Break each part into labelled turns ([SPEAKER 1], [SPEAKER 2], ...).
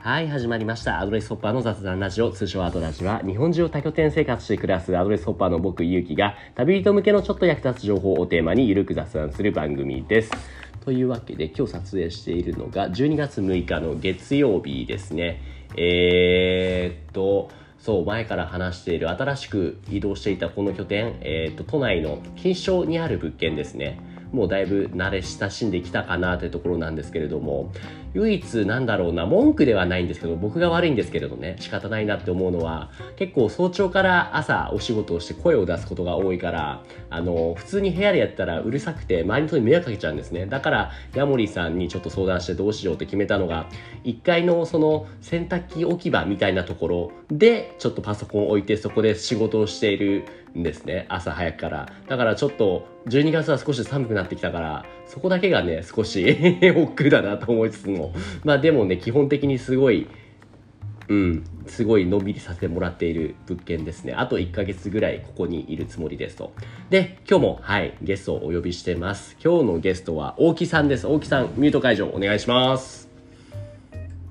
[SPEAKER 1] はい、始まりました。アドレスホッパーの雑談ラジオ、通称アドラジは、日本中を多拠点生活して暮らすアドレスホッパーの僕、ゆうきが、旅人向けのちょっと役立つ情報をテーマに、ゆるく雑談する番組です。というわけで、今日撮影しているのが、12月6日の月曜日ですね。えー、っと、そう前から話している新しく移動していたこの拠点、えー、と都内の錦糸町にある物件ですねもうだいぶ慣れ親しんできたかなというところなんですけれども唯一なんだろうな文句ではないんですけど僕が悪いんですけれどね仕方ないなって思うのは結構早朝から朝お仕事をして声を出すことが多いからあの普通に部屋でやったらうるさくて周りの人に迷惑かけちゃうんですねだからヤモリさんにちょっと相談してどうしようって決めたのが1階のその洗濯機置き場みたいなところでちょっとパソコンを置いてそこで仕事をしているんですね朝早くからだからちょっと12月は少し寒くなってきたからそこだけがね少し 億劫だなと思いつつもまあでもね基本的にすごいうん、すごいのんびりさせてもらっている物件ですね。あと1ヶ月ぐらいここにいるつもりですと。で、今日も、はい、ゲストをお呼びしてます。今日のゲストは大木さんです。大木さん、ミュート解除お願いします。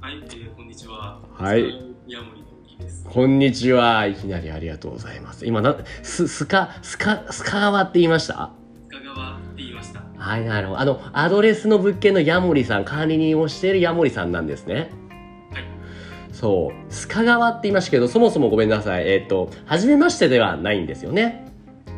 [SPEAKER 2] はい、えー、こんにちは。
[SPEAKER 1] はい
[SPEAKER 2] ヤモリの木です。
[SPEAKER 1] こんにちは。いきなりありがとうございます。今、な、す、すか、すか、すかがわって言いました
[SPEAKER 2] 塚川って言いました。
[SPEAKER 1] はい、なるほど。あの、アドレスの物件のヤモリさん、管理人をしているヤモリさんなんですね。
[SPEAKER 2] はい
[SPEAKER 1] そう、須賀川って言いましたけど、そもそもごめんなさい。えっ、と、初めましてではないんですよね。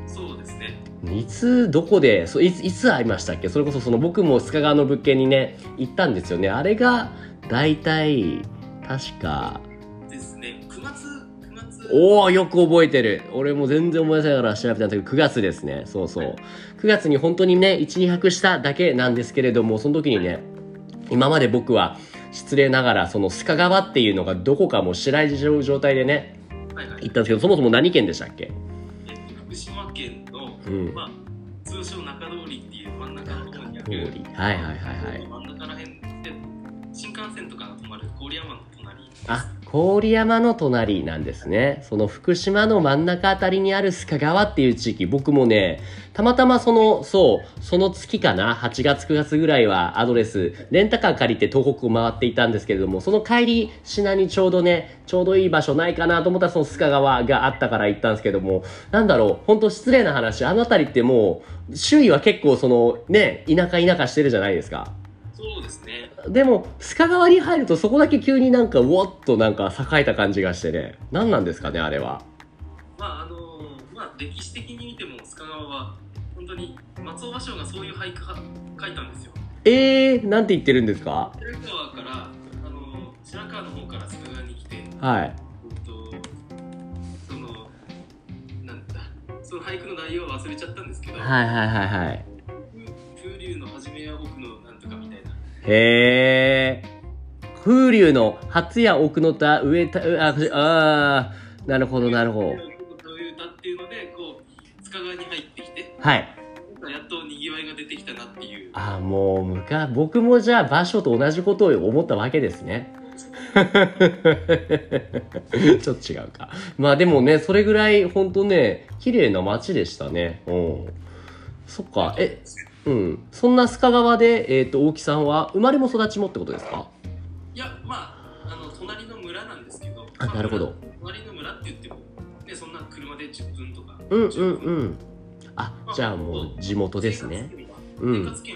[SPEAKER 2] そうですね。
[SPEAKER 1] いつ、どこで、そういつ、いつ会いましたっけそれこそ、その僕も須賀川の物件にね、行ったんですよね。あれが、大体、確か、
[SPEAKER 2] ですね。九月、九月。
[SPEAKER 1] おおよく覚えてる俺も全然思い出せながら調べてなかったけど9月ですねそうそう9月に本当にね12泊しただけなんですけれどもその時にね今まで僕は失礼ながらその須賀川っていうのがどこかもう知らない状態でね
[SPEAKER 2] はいはい。
[SPEAKER 1] 行ったんですけどそもそも何県でしたっけ
[SPEAKER 2] えー福島県の、
[SPEAKER 1] うん
[SPEAKER 2] まあ、通称中通りっていう真ん中のところにあ
[SPEAKER 1] 通
[SPEAKER 2] る。
[SPEAKER 1] りはいはいはいはい
[SPEAKER 2] 真ん中ら辺で、新幹線とかが止まる郡山の隣。
[SPEAKER 1] あ郡山の隣なんですねその福島の真ん中あたりにある須賀川っていう地域僕もねたまたまそのそうその月かな8月9月ぐらいはアドレスレンタカー借りて東北を回っていたんですけれどもその帰り品にちょうどねちょうどいい場所ないかなと思ったらその須賀川があったから行ったんですけどもなんだろう本当失礼な話あの辺りってもう周囲は結構そのね田舎田舎してるじゃないですか
[SPEAKER 2] そうですね。
[SPEAKER 1] でも須賀川に入るとそこだけ急になんかうおっとなんか栄えた感じがしてね何なんですかねあれは
[SPEAKER 2] まあ、あのーまあ、歴史的に見ても、塚川は。本当に、松尾芭蕉がそういう俳句は、書いたんですよ。
[SPEAKER 1] えー、なんて言ってるんですか
[SPEAKER 2] 白川から、あのー白川の方から塚川に来て。
[SPEAKER 1] はい
[SPEAKER 2] えっとそのなんだその俳句の内容は忘れちゃったんですけど、
[SPEAKER 1] はいはいはいはい
[SPEAKER 2] 風流の始めは僕のなんとかみたいな
[SPEAKER 1] へえ風流の初や奥の田上田ああーなるほどなるほど
[SPEAKER 2] 風流の歌う歌っていうのでこう塚川に入ってきて
[SPEAKER 1] はい
[SPEAKER 2] やっとにぎわいが出てきたなっていう
[SPEAKER 1] あーもうむか僕もじゃあ場所と同じことを思ったわけですね ちょっと違うかまあでもねそれぐらい本当ね綺麗な街でしたねうんそっかえうんそんな須賀川で、えー、と大木さんは生まれも育ちもってことですか
[SPEAKER 2] いやまああの隣の村なんですけど
[SPEAKER 1] あ
[SPEAKER 2] ま
[SPEAKER 1] なるほど
[SPEAKER 2] 隣の村って言ってもねそんな車で10分とか
[SPEAKER 1] うんうんうんあじゃあもう地元ですねう
[SPEAKER 2] 生
[SPEAKER 1] ん
[SPEAKER 2] 活圏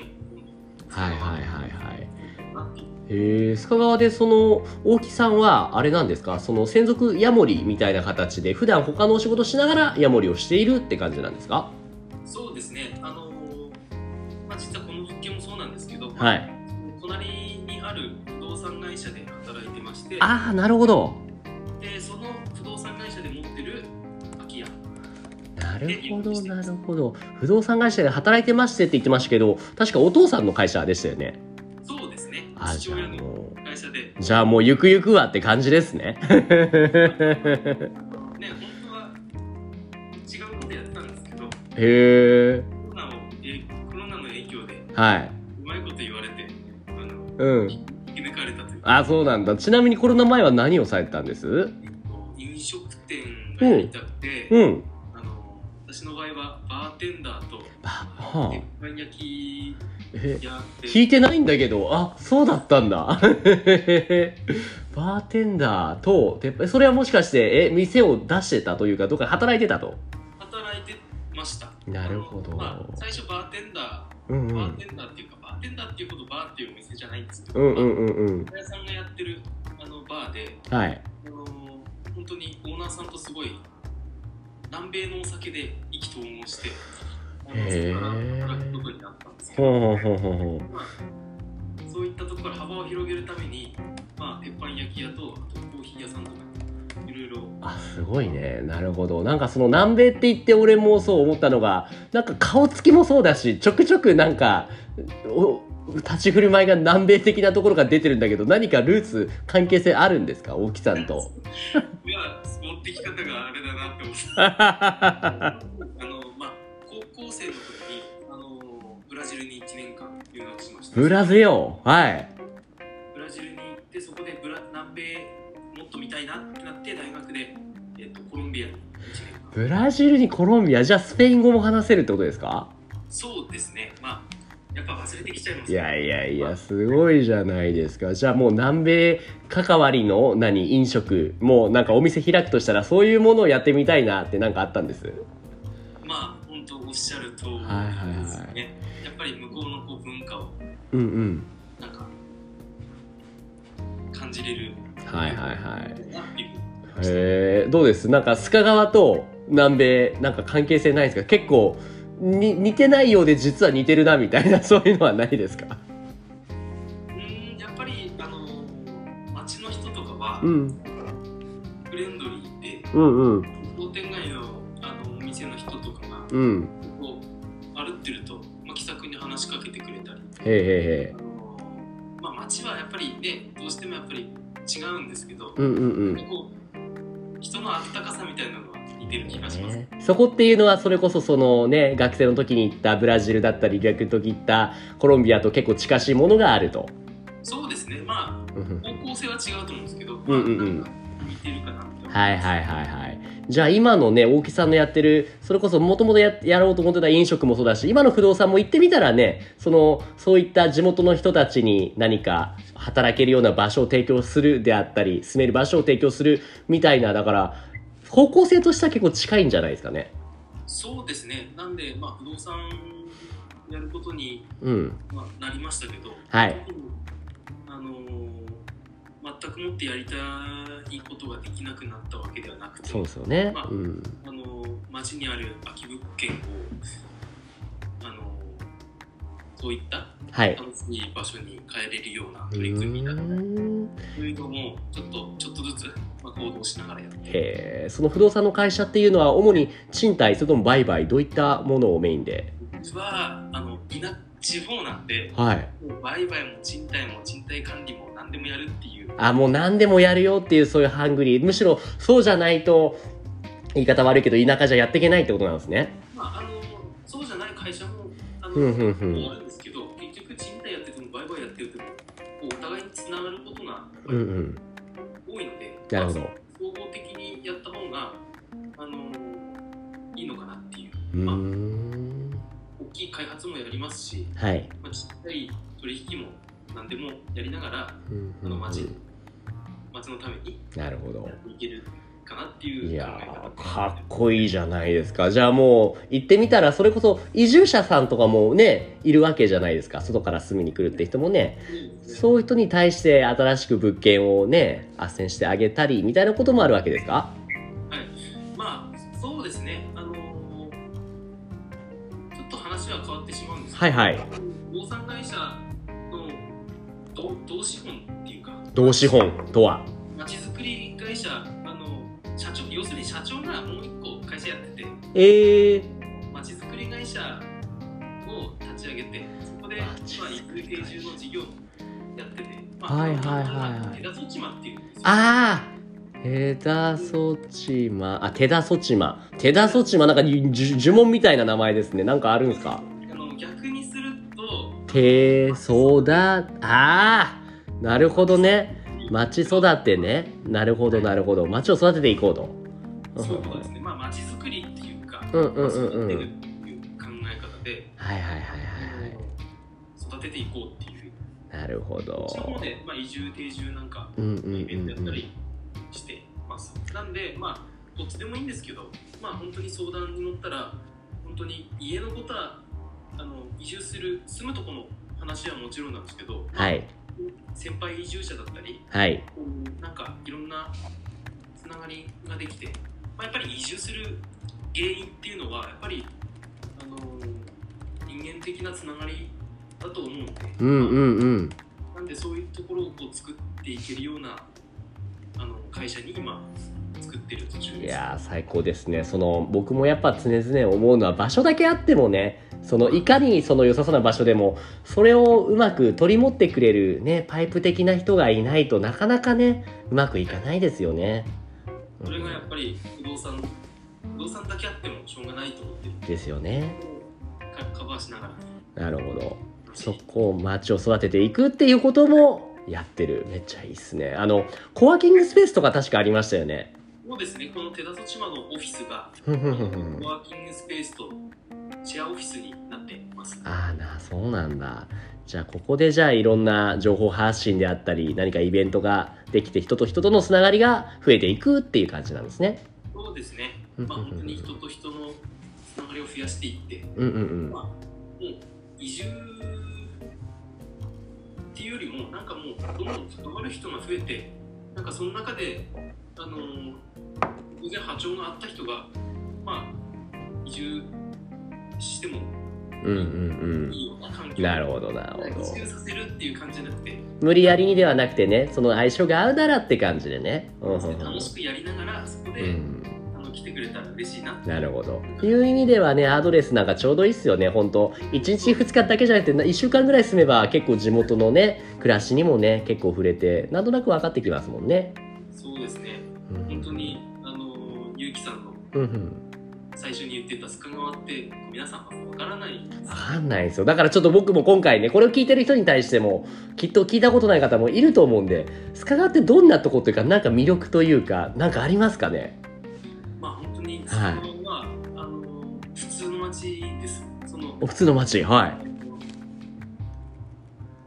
[SPEAKER 2] は
[SPEAKER 1] はいはいはいはい
[SPEAKER 2] 生活圏はなっていう
[SPEAKER 1] へえ須賀川でその大木さんはあれなんですかその専属ヤモリみたいな形で普段他のお仕事しながらヤモリをしているって感じなんですか
[SPEAKER 2] そうですね、あのーまあ、実はこの物件もそうなんですけど、
[SPEAKER 1] はい
[SPEAKER 2] 隣にある不動産会社で働いてまして、
[SPEAKER 1] ああなるほど
[SPEAKER 2] でその不動産会社で持ってる空き家、
[SPEAKER 1] なるほどなるほど不動産会社で働いてましてって言ってましたけど確かお父さんの会社でしたよね
[SPEAKER 2] そうですね、
[SPEAKER 1] あーじ
[SPEAKER 2] 父
[SPEAKER 1] ゃあ
[SPEAKER 2] 親の
[SPEAKER 1] も
[SPEAKER 2] 会社で、
[SPEAKER 1] うじゃあもうゆくゆくはって感じですね
[SPEAKER 2] ね、本当は違うことやってたんですけど、
[SPEAKER 1] へ
[SPEAKER 2] コ
[SPEAKER 1] え
[SPEAKER 2] ロナをえコロナの影響で、
[SPEAKER 1] はいう
[SPEAKER 2] まいこと言われて、あの
[SPEAKER 1] うん
[SPEAKER 2] 引き抜かれたというか、
[SPEAKER 1] あそうなんだちなみにコロナ前は何をされてたんです
[SPEAKER 2] 飲食店がやりたくて、
[SPEAKER 1] うん
[SPEAKER 2] あの私の場合はバーテンダーと、
[SPEAKER 1] ばは
[SPEAKER 2] 鉄板焼き
[SPEAKER 1] あえ
[SPEAKER 2] やって
[SPEAKER 1] 聞いてないんだけどあそうだったんだへへへバーテンダーと鉄板それはもしかしてえ店を出してたというかどっか働いてたと
[SPEAKER 2] 働いてました
[SPEAKER 1] なるほど
[SPEAKER 2] あのまあ、最初バーテンダ
[SPEAKER 1] うんう
[SPEAKER 2] ーバー
[SPEAKER 1] ん
[SPEAKER 2] テンダーっていうか、バーテンダーっていうことバーっていうお店じゃないんですけど、
[SPEAKER 1] うんう
[SPEAKER 2] ま
[SPEAKER 1] んうんうん
[SPEAKER 2] あ、お屋さんがやってるあのバーで
[SPEAKER 1] はい
[SPEAKER 2] あの本当にオーナーさんとすごい南米のお酒で意気投合してあのそ
[SPEAKER 1] へー
[SPEAKER 2] こから働くことになったんですけど、
[SPEAKER 1] ほうほうほうほう
[SPEAKER 2] まあ、そういったところから幅を広げるために、まあ、鉄板焼き屋とあとコーヒー屋さんとかいろいろ
[SPEAKER 1] あすごいねなるほどなんかその南米って言って俺もそう思ったのがなんか顔つきもそうだしちょくちょくなんかお立ち振る舞いが南米的なところが出てるんだけど何かルーツ関係性あるんですか大木さんと
[SPEAKER 2] いや持ってき方があれだなって思って あのまあ高校生の時にあのブラジルに1年間留学しました
[SPEAKER 1] ブラジルよはい
[SPEAKER 2] ブラジルに行ってそこでブラ南米もっと見たいなってなって大学で、えっとコロンビアに1年間
[SPEAKER 1] ブラジルにコロンビアじゃあスペイン語も話せるってことですか
[SPEAKER 2] そうですねまあやっぱ忘れてきちゃいます
[SPEAKER 1] い
[SPEAKER 2] ね
[SPEAKER 1] やいやい
[SPEAKER 2] ま
[SPEAKER 1] や
[SPEAKER 2] あ
[SPEAKER 1] すごいじゃないですかじゃあもう南米関わりの何飲食もうなんかお店開くとしたらそういうものをやってみたいなってなんかあったんです
[SPEAKER 2] まあ本当おっしゃる通りですね、
[SPEAKER 1] はいはいはい
[SPEAKER 2] やっぱり向こうのこう文化を
[SPEAKER 1] うんうん
[SPEAKER 2] なんか感じれる
[SPEAKER 1] はいはいはい
[SPEAKER 2] なっていう
[SPEAKER 1] へえどうですなんか須賀川と南米なんか関係性ないですか結構に似てないようで実は似てるなみたいなそういうのはないですか
[SPEAKER 2] うーんやっぱりあの街の人とかは
[SPEAKER 1] ん
[SPEAKER 2] フレンドリーで
[SPEAKER 1] うんうん
[SPEAKER 2] 商店街のあのお店の人とかが
[SPEAKER 1] うん
[SPEAKER 2] こう歩ってると、まあ、気さくに話しかけてくれた
[SPEAKER 1] へえへえ
[SPEAKER 2] り、
[SPEAKER 1] へえ
[SPEAKER 2] あのまあ、街はやっぱりねどうしてもやっぱり違うんですけど、
[SPEAKER 1] うんうんうん
[SPEAKER 2] こう人の温かさみたいなのは似てる気がします、
[SPEAKER 1] ねそこっていうのはそれこそそのね学生の時に行ったブラジルだったり留学の時行ったコロンビアと結構近しいものがあると。
[SPEAKER 2] そうですねまあ
[SPEAKER 1] うん
[SPEAKER 2] 方向性は違うと思うんですけど、
[SPEAKER 1] うんうんうん
[SPEAKER 2] まあなんか似てるかなって思います
[SPEAKER 1] はいはいはいはい。じゃあ今のね大木さんのやってるそれこそもともとややろうと思ってた飲食もそうだし今の不動産も行ってみたらねそのそういった地元の人たちに何か働けるような場所を提供するであったり住める場所を提供するみたいなだから方向性としては結構近いんじゃないですかね。
[SPEAKER 2] そうですねなんで、まあ、不動産やることに、
[SPEAKER 1] うん。
[SPEAKER 2] まあ、なりましたけど、
[SPEAKER 1] はい
[SPEAKER 2] 特にあのー全くもってやりたいことができなくなったわけではなくて
[SPEAKER 1] そうですよね。うん。
[SPEAKER 2] あの町にある空き物件をあのそういった
[SPEAKER 1] はい。
[SPEAKER 2] 楽しい場所に変えれるような
[SPEAKER 1] う
[SPEAKER 2] 取り組みだとか
[SPEAKER 1] ーん
[SPEAKER 2] そういうのもちょっとちょっとずつ、まあ、行動しながらやって
[SPEAKER 1] へーその不動産の会社っていうのは主に賃貸それとも売買どういったものをメインで
[SPEAKER 2] うちはあの田地方なんで
[SPEAKER 1] はい
[SPEAKER 2] もう売買も賃貸も賃貸管理も何でもやるっていう
[SPEAKER 1] あもう何でもやるよっていうそういうハングリーむしろそうじゃないと言い方悪いけど田舎じゃやっていけないってことなんですね
[SPEAKER 2] まああのそうじゃない会社もあの、
[SPEAKER 1] うんうんうん
[SPEAKER 2] あるんですけど結局賃貸やってても売買やっててもこうお互いにつながることが
[SPEAKER 1] うんうん
[SPEAKER 2] 多いので、
[SPEAKER 1] なるほ
[SPEAKER 2] ま
[SPEAKER 1] ど
[SPEAKER 2] あ総合的にやった方があのいいのかなっていう
[SPEAKER 1] うーん
[SPEAKER 2] 大きい開発もやりますし、
[SPEAKER 1] はい
[SPEAKER 2] まあ、ちっちゃい取引も何でもやりなが
[SPEAKER 1] うん
[SPEAKER 2] らあ
[SPEAKER 1] うんう
[SPEAKER 2] の
[SPEAKER 1] ん
[SPEAKER 2] 町町のために
[SPEAKER 1] なるほど
[SPEAKER 2] やっていけるかなっていう
[SPEAKER 1] いや
[SPEAKER 2] 考え方
[SPEAKER 1] ーかっこいいじゃないですかじゃあもう行ってみたらそれこそ移住者さんとかもねいるわけじゃないですか外から住みに来るって人もねそういう人に対して新しく物件をね斡旋してあげたりみたいなこともあるわけですか
[SPEAKER 2] まあそうですねあのちょっと話は変わってしまうんですけど
[SPEAKER 1] はいはい
[SPEAKER 2] 不動産会社の同同資本っていうか
[SPEAKER 1] 同資本とは
[SPEAKER 2] まちづくり会社あの社長要するに社長がもう一個会社やってて
[SPEAKER 1] ええ
[SPEAKER 2] まちづくり会社を立ち上げてそこでまあ
[SPEAKER 1] 町づく
[SPEAKER 2] 育
[SPEAKER 1] り会社
[SPEAKER 2] 休定住の事業をやってて、
[SPEAKER 1] はいはいはいはい
[SPEAKER 2] 手田そちまっていうんですよ
[SPEAKER 1] ああ手だそちまあ手だそちま手だそちまなんかじゅじゅ呪文みたいな名前ですねなんかあるんですか
[SPEAKER 2] あの逆にすると
[SPEAKER 1] 手そだああーなるほどね町育てねなるほどなるほど町を育てていこうと
[SPEAKER 2] そういうことですねまあまちづくりっていうか、
[SPEAKER 1] うんうんうんうん
[SPEAKER 2] 育てるっていう考え方で
[SPEAKER 1] はいはいはいはいはい
[SPEAKER 2] 育てていこうっていう
[SPEAKER 1] なるほ
[SPEAKER 2] こ
[SPEAKER 1] ど
[SPEAKER 2] っちの方で、まあ、移住定住なんか
[SPEAKER 1] うんうん
[SPEAKER 2] イベントや
[SPEAKER 1] う
[SPEAKER 2] っ
[SPEAKER 1] ん
[SPEAKER 2] た
[SPEAKER 1] うん
[SPEAKER 2] りしてます、なんでまあどっちでもいいんですけどまあ本当に相談に乗ったら本当に家のことはあの移住する住むとこの話はもちろんなんですけど、
[SPEAKER 1] はい
[SPEAKER 2] 先輩移住者だったり
[SPEAKER 1] はい
[SPEAKER 2] なんかいろんなつながりができて、まあ、やっぱり移住する原因っていうのはやっぱり、あの人間的なつながりだと思うんで、
[SPEAKER 1] うんうんうん
[SPEAKER 2] なんでそういうところをこう作っていけるようなあの会社に今作ってる途中
[SPEAKER 1] い
[SPEAKER 2] です。
[SPEAKER 1] やー最高ですねその僕もやっぱ常々思うのは場所だけあってもねそのいかにその良さそうな場所でもそれをうまく取り持ってくれるねパイプ的な人がいないとなかなかねうまくいかないですよね。うん
[SPEAKER 2] それがやっぱり不動産不動産だけあってもしょうがないと思って
[SPEAKER 1] ですよね。
[SPEAKER 2] かカバーしながら
[SPEAKER 1] なるほど。そこを町を育てていくっていうこともやってるめっちゃいいっすね。あのコワーキングスペースとか確かありましたよね。
[SPEAKER 2] そうですねこの手田戸島のオフィスが
[SPEAKER 1] ふん
[SPEAKER 2] コ
[SPEAKER 1] ふんふんふん
[SPEAKER 2] ワーキングスペースとシェアオフィスになってます。
[SPEAKER 1] ああなそうなんだじゃあここでじゃあいろんな情報発信であったり何かイベントができて人と人とのつながりが増えていくっていう感じなんですね
[SPEAKER 2] そうですね。
[SPEAKER 1] うん
[SPEAKER 2] まあ本当に人と人のつながりを増やしていって、
[SPEAKER 1] うんうんうん
[SPEAKER 2] まあもう移住っていうよりもなんかもうどんどん関わる人が増えて、なんかその中であのー偶然波長があった人がまあ移住しても
[SPEAKER 1] うんうん
[SPEAKER 2] いいような環
[SPEAKER 1] う
[SPEAKER 2] 境
[SPEAKER 1] んなるほどなるほ
[SPEAKER 2] 移
[SPEAKER 1] ど
[SPEAKER 2] 住させるっていう感じじゃなくて、
[SPEAKER 1] 無理やりにではなくてねその相性が合うならって感じでねうんうんうん
[SPEAKER 2] 楽しくやりながらそこで、
[SPEAKER 1] うん
[SPEAKER 2] あの来てくれたら嬉しいなって
[SPEAKER 1] なるほどいう意味ではねアドレスなんかちょうどいいっすよね本当1日2日だけじゃなくて1週間ぐらい住めば結構地元のね暮らしにもね結構触れてなんとなく分かってきますもんね
[SPEAKER 2] そうですね
[SPEAKER 1] うん
[SPEAKER 2] 本当にあのゆうきさんの
[SPEAKER 1] うんうん
[SPEAKER 2] 最初に言ってた須賀川って皆さんはわからない
[SPEAKER 1] わかんないんですよだからちょっと僕も今回ねこれを聞いてる人に対してもきっと聞いたことない方もいると思うんで須賀川ってどんなとこというかなんか魅力というかなんかありますかね
[SPEAKER 2] まあ本当に須
[SPEAKER 1] はい
[SPEAKER 2] 賀川は、あの普通の街ですその
[SPEAKER 1] お普通の街は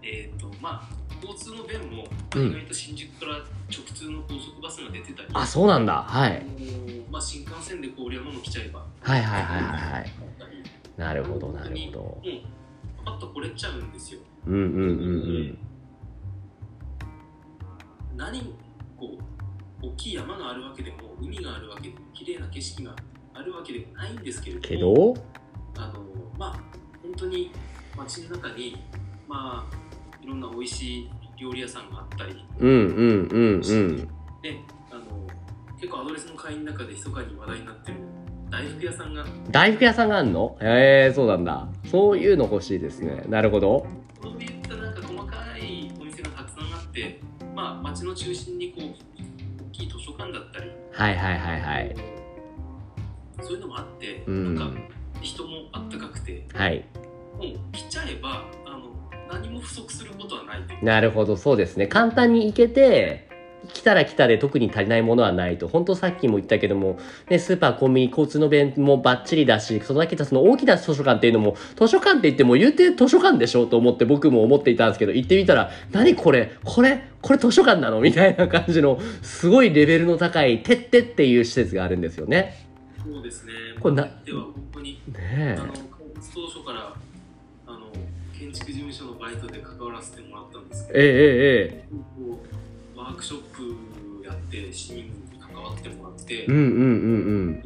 [SPEAKER 2] えっ、とまあ交通の便も
[SPEAKER 1] うん
[SPEAKER 2] 意外と新宿から直通の高速バスが出てたり、
[SPEAKER 1] あそうなんだ、はい、
[SPEAKER 2] のまあ、新幹線で郡山も来ちゃえばだ
[SPEAKER 1] はいはいはいはいはい
[SPEAKER 2] ったり
[SPEAKER 1] なるほどなるほど
[SPEAKER 2] もうパパッと来れちゃうんですよ
[SPEAKER 1] うんうんうん
[SPEAKER 2] 何こう大きい山があるわけでも海があるわけでも綺麗な景色があるわけでもないんですけれども
[SPEAKER 1] けど
[SPEAKER 2] あのまあ本当に街の中にまあいろんな美味しい料理屋さんがあったり
[SPEAKER 1] うんうんうんうん
[SPEAKER 2] であの結構アドレスの会員の中で密かに話題になってる大福屋さんが
[SPEAKER 1] 大福屋さんがあんのへえそうなんだそういうの欲しいですねなるほど
[SPEAKER 2] そういったなんか細かいお店がたくさんあってまあ街の中心にこう大きい図書館だったり、
[SPEAKER 1] はいはいはいはい
[SPEAKER 2] そういうのもあって、
[SPEAKER 1] う
[SPEAKER 2] なんか
[SPEAKER 1] ん
[SPEAKER 2] 人もあったかくて
[SPEAKER 1] はい
[SPEAKER 2] もう来ちゃえばあの何も不足することはないという
[SPEAKER 1] なるほどそうですね簡単に行けて来たら来たで特に足りないものはないと本当さっきも言ったけども、ね、スーパーコンビニ交通の便もバッチリだしそのだけだその大きな図書館っていうのも図書館って言っても言うて図書館でしょと思って僕も思っていたんですけど行ってみたら何これこれこれ図書館なのみたいな感じのすごいレベルの高い「てって」っていう施設があるんですよね。
[SPEAKER 2] そうですね
[SPEAKER 1] これな
[SPEAKER 2] では本当に、
[SPEAKER 1] ね
[SPEAKER 2] あ
[SPEAKER 1] え
[SPEAKER 2] の開発当初からあの建築事務所のバイトで関わらせてもらったんですけど
[SPEAKER 1] ええええ
[SPEAKER 2] こうワークショップやって市民に関わってもらって
[SPEAKER 1] えうんうんうん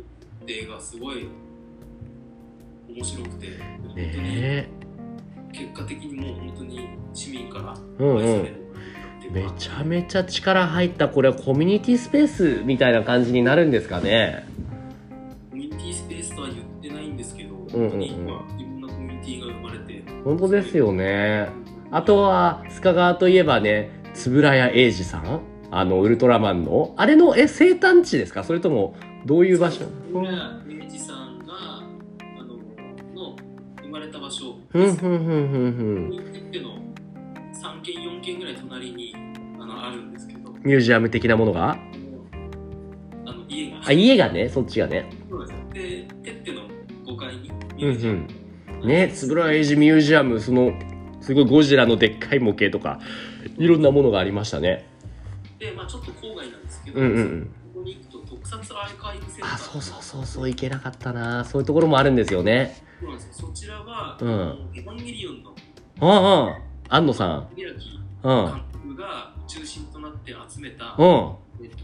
[SPEAKER 2] 映画すごい面白くて
[SPEAKER 1] う
[SPEAKER 2] 本
[SPEAKER 1] ん。
[SPEAKER 2] 当に
[SPEAKER 1] ねえ
[SPEAKER 2] 結果的にもう本当に市民から
[SPEAKER 1] うん
[SPEAKER 2] 愛され
[SPEAKER 1] う
[SPEAKER 2] る
[SPEAKER 1] ん
[SPEAKER 2] ようになって
[SPEAKER 1] めちゃめ
[SPEAKER 2] ち
[SPEAKER 1] ちゃ力入ったこれはコミュニティスペースみたいな感じになるんですかね
[SPEAKER 2] コミュニティスペースとは言ってないんですけど、
[SPEAKER 1] んうん
[SPEAKER 2] 本当に今いろんなコミュニティが生まれて
[SPEAKER 1] 本当ですよねあとは須賀川といえばね円谷英二さんあのウルトラマンのあれのえ生誕地ですかそれともどういう場所
[SPEAKER 2] これは明治さんがあのの生まれた場所
[SPEAKER 1] ふん
[SPEAKER 2] です
[SPEAKER 1] ふんふんふんふん
[SPEAKER 2] に行っての3軒4軒ぐらい隣にあのあるんですけど
[SPEAKER 1] ミュージアム的なものが
[SPEAKER 2] あの家が
[SPEAKER 1] あ家がねそっちがね
[SPEAKER 2] そうなんですよでてっての5階に
[SPEAKER 1] うんうんね円谷英二ミュージアムそのすごいゴジラのでっかい模型とかいろんなものがありましたね
[SPEAKER 2] で、まあ、ちょっと郊外なんですけど、
[SPEAKER 1] うんうんうん
[SPEAKER 2] ここに行くと特撮アーカイブセンター
[SPEAKER 1] あそうそうそうそう行けなかったなそういうところもあるんですよね
[SPEAKER 2] そうなんですよそちらは、
[SPEAKER 1] うん
[SPEAKER 2] あのエヴァンゲリオンの
[SPEAKER 1] うんうん安野さ
[SPEAKER 2] 宮城
[SPEAKER 1] んうん
[SPEAKER 2] 監督が中心となって集めた、
[SPEAKER 1] うん
[SPEAKER 2] えっと、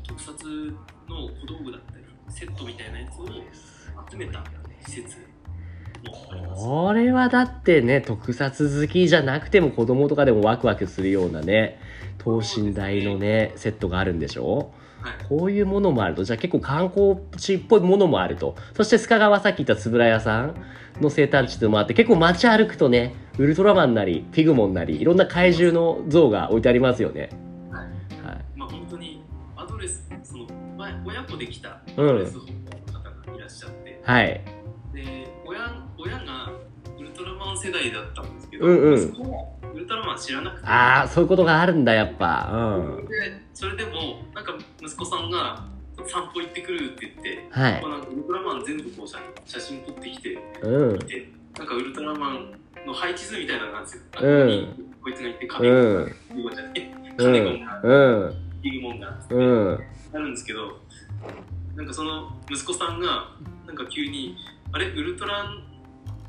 [SPEAKER 2] 特撮の小道具だったりセットみたいなやつを集めた施設もあります。
[SPEAKER 1] これはだってね特撮好きじゃなくても子供とかでもワクワクするようなね等身大のねセットがあるんでしょ
[SPEAKER 2] はい
[SPEAKER 1] こういうものもあるとじゃあ結構観光地っぽいものもあるとそして須賀川さっき言ったつぶら屋さんの生誕地でもあって結構街歩くとねウルトラマンなりフィグモンなりいろんな怪獣の像が置いてありますよね
[SPEAKER 2] はい
[SPEAKER 1] はい
[SPEAKER 2] まあ、本当にアドレスその前親子できたア
[SPEAKER 1] うん
[SPEAKER 2] ドレス保護の方がいらっしゃって、
[SPEAKER 1] はい
[SPEAKER 2] で親親がウルトラマン世代だったんですけど、
[SPEAKER 1] うんうん
[SPEAKER 2] 息子もウルトラマン知らなくて
[SPEAKER 1] ああそういうことがあるんだやっぱうん
[SPEAKER 2] でそれでもなんか息子さんが散歩行ってくるって言って、
[SPEAKER 1] はい
[SPEAKER 2] こうなんかウルトラマン全部こう写写真撮ってきて
[SPEAKER 1] うん
[SPEAKER 2] でなんかウルトラマンの配置図みたいなのなんですよ、
[SPEAKER 1] うん
[SPEAKER 2] こいつがいて
[SPEAKER 1] う
[SPEAKER 2] 壁が、
[SPEAKER 1] ん
[SPEAKER 2] ビゴンじゃない
[SPEAKER 1] うん
[SPEAKER 2] 金ゴンが
[SPEAKER 1] うん
[SPEAKER 2] ビグモンが
[SPEAKER 1] うん
[SPEAKER 2] あるんですけどなんかその息子さんがなんか急に「あれウルトラ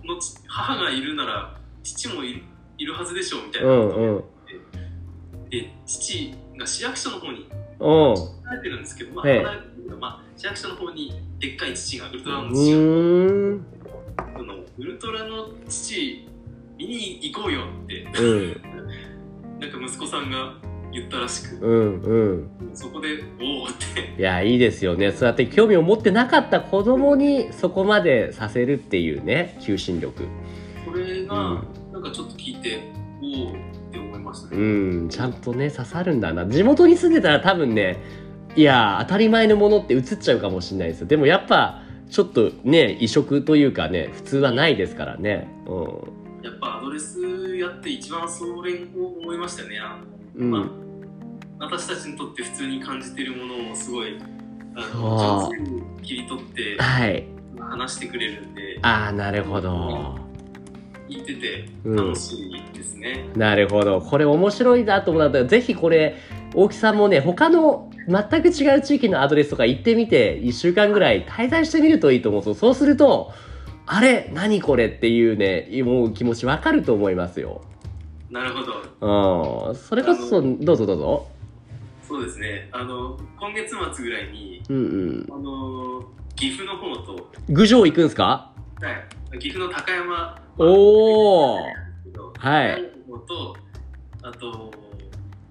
[SPEAKER 2] のち母がいるなら父もいるいるはずでしょ」みたいな
[SPEAKER 1] う
[SPEAKER 2] こと
[SPEAKER 1] ん
[SPEAKER 2] を
[SPEAKER 1] う
[SPEAKER 2] 言
[SPEAKER 1] ん
[SPEAKER 2] って、父が市役所の方に
[SPEAKER 1] うん
[SPEAKER 2] 離れてるんですけど、まあ
[SPEAKER 1] ええ
[SPEAKER 2] 離れてるけどまあ、市役所の方にでっかい父がウルトラの
[SPEAKER 1] う
[SPEAKER 2] 父が
[SPEAKER 1] ーん
[SPEAKER 2] そのウルトラの父見に行こうよって
[SPEAKER 1] うん
[SPEAKER 2] なんか息子さんが言ったらしく
[SPEAKER 1] うんうん
[SPEAKER 2] そこで「おお」って
[SPEAKER 1] いやいいですよねそうやって興味を持ってなかった子供にそこまでさせるっていうね求心力
[SPEAKER 2] これ
[SPEAKER 1] う
[SPEAKER 2] が
[SPEAKER 1] ん
[SPEAKER 2] なんかちょっと聞いて「おお」って思いましたね。
[SPEAKER 1] うんちゃんとね刺さるんだな地元に住んでたら多分ねいや当たり前のものって映っちゃうかもしれないですよでもやっぱちょっとね異色というかね普通はないですからねう
[SPEAKER 2] やっぱアドレスやって一番それを思いましたね。あ
[SPEAKER 1] ん、う
[SPEAKER 2] ま
[SPEAKER 1] ん、
[SPEAKER 2] あ、私たちにとって普通に感じているものをすごいあ
[SPEAKER 1] そ
[SPEAKER 2] の
[SPEAKER 1] う
[SPEAKER 2] 上手に切り取って
[SPEAKER 1] はい
[SPEAKER 2] 話してくれるんで
[SPEAKER 1] ああなるほど
[SPEAKER 2] 聞いてて
[SPEAKER 1] うん
[SPEAKER 2] 楽しいですね。
[SPEAKER 1] なるほどこれ面白いなと思ったらぜひこれ大木さんもね他の全く違う地域のアドレスとか行ってみて1週間ぐらい滞在してみるといいと思うんですよそうするとあれ何これっていうねもう気持ちわかると思いますよ。
[SPEAKER 2] なるほど
[SPEAKER 1] うんそれこそ
[SPEAKER 2] あ
[SPEAKER 1] どうぞどうぞ。
[SPEAKER 2] そうですねあの今月末ぐらいに
[SPEAKER 1] うんうん。
[SPEAKER 2] あの岐阜の方と、
[SPEAKER 1] 郡上行くんすか？
[SPEAKER 2] はい、岐阜の高山
[SPEAKER 1] おーは
[SPEAKER 2] 高
[SPEAKER 1] い。
[SPEAKER 2] 山の方とあと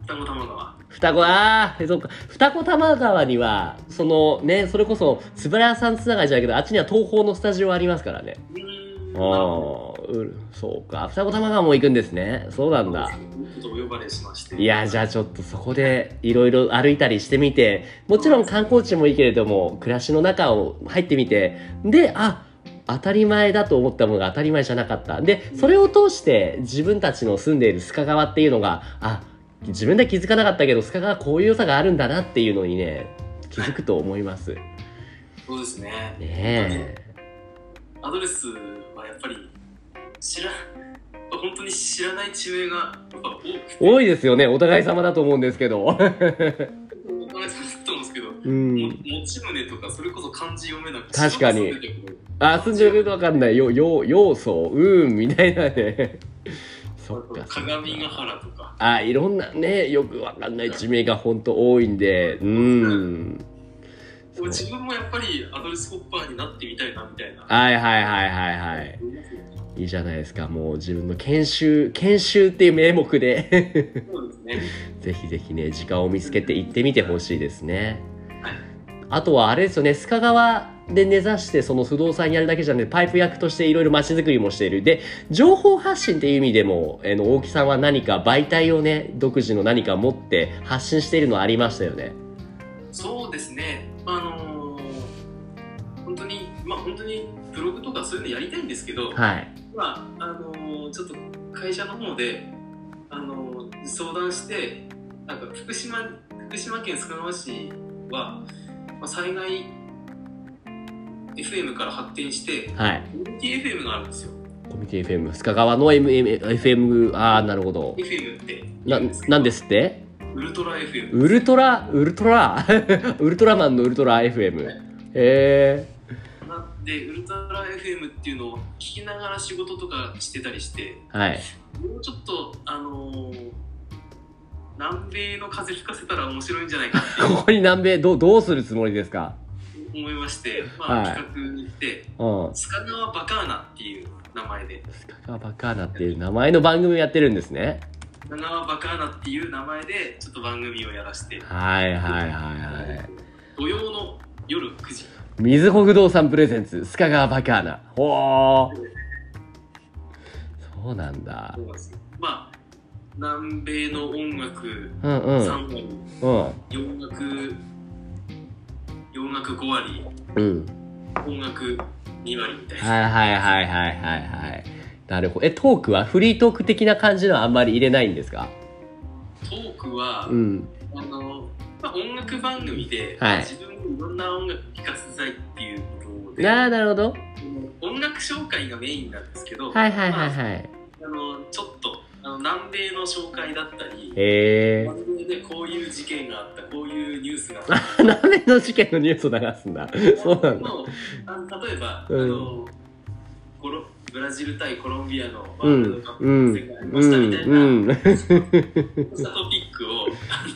[SPEAKER 2] 双子玉川
[SPEAKER 1] 双子あーそうか双子玉川にはそのねそれこそつぶらやさんつながりじゃないけどあっちには東宝のスタジオありますからね。
[SPEAKER 2] うーん
[SPEAKER 1] ああ、うんそうか。双子玉川も行くんですね。そうなんだ。
[SPEAKER 2] ちょっとお呼ばれしまして。
[SPEAKER 1] いや、じゃあちょっとそこでいろいろ歩いたりしてみて、もちろん観光地もいいけれども、暮らしの中を入ってみて、で、あ当たり前だと思ったものが当たり前じゃなかった。で、それを通して自分たちの住んでいる須賀川っていうのが、あ自分では気づかなかったけど、須賀川こういう良さがあるんだなっていうのにね、気づくと思います。ね
[SPEAKER 2] そうですね。
[SPEAKER 1] え。
[SPEAKER 2] アドレスはやっぱり知ら、本当に知らない地名がやっぱ多くて、
[SPEAKER 1] 多いですよね。お互い様だと思うんですけど。
[SPEAKER 2] お金さんだと思うんですけど、も
[SPEAKER 1] うん。
[SPEAKER 2] 持ち胸とかそれこそ漢字読めなくて、
[SPEAKER 1] 確かに
[SPEAKER 2] 調べても
[SPEAKER 1] あ、住んでるとわかんない。よ、よ、要素、うーん、みたいな ね。そっか。そっか
[SPEAKER 2] 鏡ヶ原とか、
[SPEAKER 1] あいろんなねよくわかんない地名がほんと多いんでうんそう
[SPEAKER 2] 自分もやっぱりアドレスホッパーになってみたいなみたいな。
[SPEAKER 1] はいはいはいはいはいいいじゃないですかもう自分の研修研修っていう名目で
[SPEAKER 2] そうですね。
[SPEAKER 1] ぜひぜひね時間を見つけて行ってみてほしいですね
[SPEAKER 2] はい
[SPEAKER 1] あとはあれですよね須賀川で根ざしてその不動産やるだけじゃなくてパイプ役としていろいろ街づくりもしているで情報発信っていう意味でも、えーの大木さんは何か媒体をね独自の何か持って発信しているのありましたよね
[SPEAKER 2] そうですね。あのー本当にまあ本当にブログとかそういうのやりたいんですけど。
[SPEAKER 1] はい
[SPEAKER 2] まああのーちょっと会社の方で、あのー相談してなんか福島福島県須賀川市は、まあ、災害 FM から発展して
[SPEAKER 1] はい
[SPEAKER 2] MTFM があるんですよ。
[SPEAKER 1] ほうコミケ FM 須賀川の MM FM ああなるほど
[SPEAKER 2] FM って
[SPEAKER 1] ななんですって
[SPEAKER 2] ウルトラ FM
[SPEAKER 1] ウルトラウルトラ ウルトラマンのウルトラ FM へえ
[SPEAKER 2] なんでウルトラ FM っていうのを聞きながら仕事とかしてたりして
[SPEAKER 1] はい
[SPEAKER 2] もうちょっとあのー南米の風吹かせたら面白いんじゃないかって
[SPEAKER 1] ここに南米どうどうするつもりですか
[SPEAKER 2] 思いまして、まあ、
[SPEAKER 1] はい
[SPEAKER 2] 企画に行って
[SPEAKER 1] うん
[SPEAKER 2] 「スカガワバカーナ」っていう名前で
[SPEAKER 1] 須賀川バカーナっていう名前の番組をやってるんですね
[SPEAKER 2] 「スカガワバカーナ」っていう名前でちょっと番組をやらせて、
[SPEAKER 1] はいはいはいはい
[SPEAKER 2] 土曜の夜9時
[SPEAKER 1] みずほ不動産プレゼンツ須賀川バカーナほーそうなんだ
[SPEAKER 2] まあ南米の音楽
[SPEAKER 1] うんうん
[SPEAKER 2] 3本、
[SPEAKER 1] うん
[SPEAKER 2] 洋楽洋楽5割
[SPEAKER 1] うん
[SPEAKER 2] 音楽2割みたいな、
[SPEAKER 1] はいはいはいはいはいはいなるほどえトークはフリートーク的な感じのはあんまり入れないんですか
[SPEAKER 2] トークは、
[SPEAKER 1] うん
[SPEAKER 2] あのまあ、音楽番組で、
[SPEAKER 1] はい
[SPEAKER 2] 自分にいろんな音楽聴かせたいっていうことで
[SPEAKER 1] ああなるほど
[SPEAKER 2] 音楽紹介がメインなんですけど、
[SPEAKER 1] はいはいはい
[SPEAKER 2] まあ
[SPEAKER 1] はい
[SPEAKER 2] あのちょっとあの南米の紹介だったり
[SPEAKER 1] えー、
[SPEAKER 2] 南米でこういう事件があったこういうニュースがあった
[SPEAKER 1] 斜めの事件のニュースを流すんだ そうなんだ
[SPEAKER 2] のあの例えば、
[SPEAKER 1] うん
[SPEAKER 2] あのコロブラジル対コロンビアのワ
[SPEAKER 1] う
[SPEAKER 2] ールド
[SPEAKER 1] ん
[SPEAKER 2] カッ
[SPEAKER 1] う
[SPEAKER 2] プ
[SPEAKER 1] ん
[SPEAKER 2] の戦がありま
[SPEAKER 1] う
[SPEAKER 2] したみ
[SPEAKER 1] ん
[SPEAKER 2] たいな、
[SPEAKER 1] うん
[SPEAKER 2] そうしたトピックを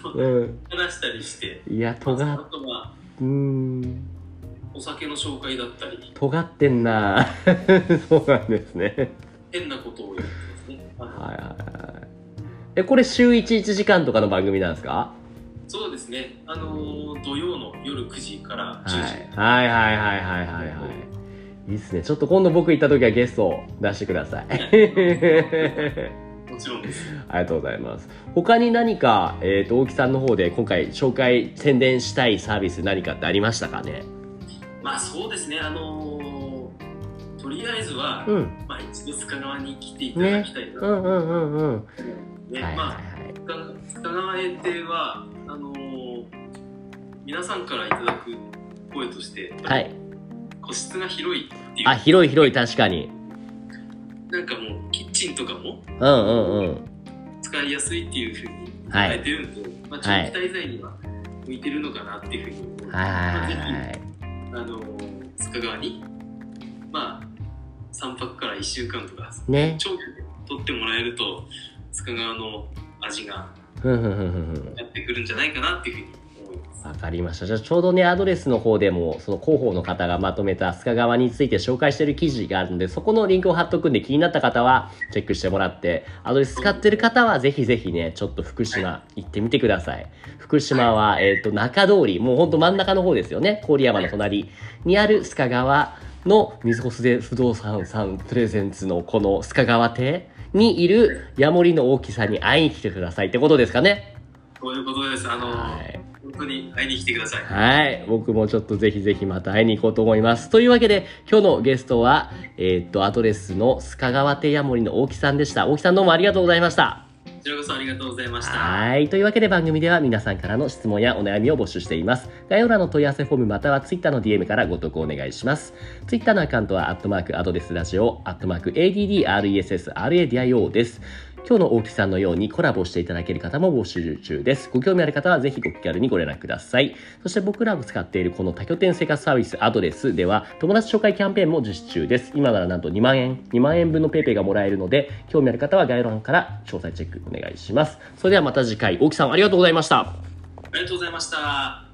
[SPEAKER 2] あの
[SPEAKER 1] うん
[SPEAKER 2] 話したりして、
[SPEAKER 1] いや
[SPEAKER 2] あ
[SPEAKER 1] と
[SPEAKER 2] と
[SPEAKER 1] が
[SPEAKER 2] は
[SPEAKER 1] うん
[SPEAKER 2] お酒の紹介だったり
[SPEAKER 1] 尖ってんなそうなんですね
[SPEAKER 2] 変なことを言ってますね。あ
[SPEAKER 1] はい
[SPEAKER 2] の
[SPEAKER 1] はいはいえこれ週11時間とかの番組なんですか
[SPEAKER 2] そうですね、あの土曜の夜9時から10時、
[SPEAKER 1] はい、はいはいはいはいはいはいいいっすねちょっと今度僕行った時はゲストを出してください
[SPEAKER 2] もちろんです。
[SPEAKER 1] ありがとうございます他に何か、えー、と大木さんの方で今回紹介宣伝したいサービス何かってありましたかね
[SPEAKER 2] まあそうですね、あのとりあえずは、
[SPEAKER 1] うん
[SPEAKER 2] まあ、一度須賀川に来ていただきたいな
[SPEAKER 1] う
[SPEAKER 2] と
[SPEAKER 1] んうんうんうん
[SPEAKER 2] 思うん
[SPEAKER 1] は
[SPEAKER 2] で、
[SPEAKER 1] いはい
[SPEAKER 2] まあ
[SPEAKER 1] はい
[SPEAKER 2] 深川園亭はあのー皆さんからいただく声として、
[SPEAKER 1] はい
[SPEAKER 2] 個室が広いっていう
[SPEAKER 1] あ広い広い確かに
[SPEAKER 2] なんかもうキッチンとかも
[SPEAKER 1] うんうんうん
[SPEAKER 2] 使いやすいっていうふうに考
[SPEAKER 1] はい
[SPEAKER 2] えてるんで、まあ、長
[SPEAKER 1] はい
[SPEAKER 2] 期滞在には向いてるのかなっていうふうに思うので、
[SPEAKER 1] はい
[SPEAKER 2] まあ
[SPEAKER 1] は
[SPEAKER 2] ぜ
[SPEAKER 1] い
[SPEAKER 2] ひ
[SPEAKER 1] はいはい
[SPEAKER 2] あのー塚川にまあ3泊から1週間とか
[SPEAKER 1] ね
[SPEAKER 2] 長期で取ってもらえると塚川の味が
[SPEAKER 1] ふんふんふんふんふん
[SPEAKER 2] やってくるんじゃないかなっていうふうに思います。
[SPEAKER 1] わかりました。じゃあちょうどね、アドレスの方でも、その広報の方がまとめた須賀川について紹介してる記事があるので、そこのリンクを貼っとくんで、気になった方はチェックしてもらって、アドレス使ってる方はぜひぜひね、ちょっと福島行ってみてください。福島は、えっ、と、中通り、もうほんと真ん中の方ですよね、郡山の隣にある須賀川の水穂で不動産さんプレゼンツのこの須賀川邸にいるヤモリの大きさんに会いに来てくださいってことですかね。
[SPEAKER 2] そういうことです。あのー
[SPEAKER 1] はい。
[SPEAKER 2] 本当に会いに来てください。
[SPEAKER 1] はい。僕もちょっとぜひぜひまた会いに行こうと思います。というわけで、今日のゲストは、えーっと、アドレスの須賀川手ヤモリの大木さんでした。大木さんどうもありがとうございました。
[SPEAKER 2] こちらこそありがとうございました。
[SPEAKER 1] はい。というわけで番組では皆さんからの質問やお悩みを募集しています。概要欄の問い合わせフォームまたは Twitter の DM からご投稿お願いします。Twitter のアカウントは、アットマークアドレスラジオ、アットマーク ADDRESSRADIO です。今日の大木さんのようにコラボしていただける方も募集中です。ご興味ある方はぜひご気軽にご連絡ください。そして僕らが使っているこの多拠点生活サービスアドレスでは友達紹介キャンペーンも実施中です。今ならなんと2万円、2万円分のペイペイがもらえるので、興味ある方は概要欄から詳細チェックお願いします。それではまた次回、大木さんありがとうございました。
[SPEAKER 2] ありがとうございました。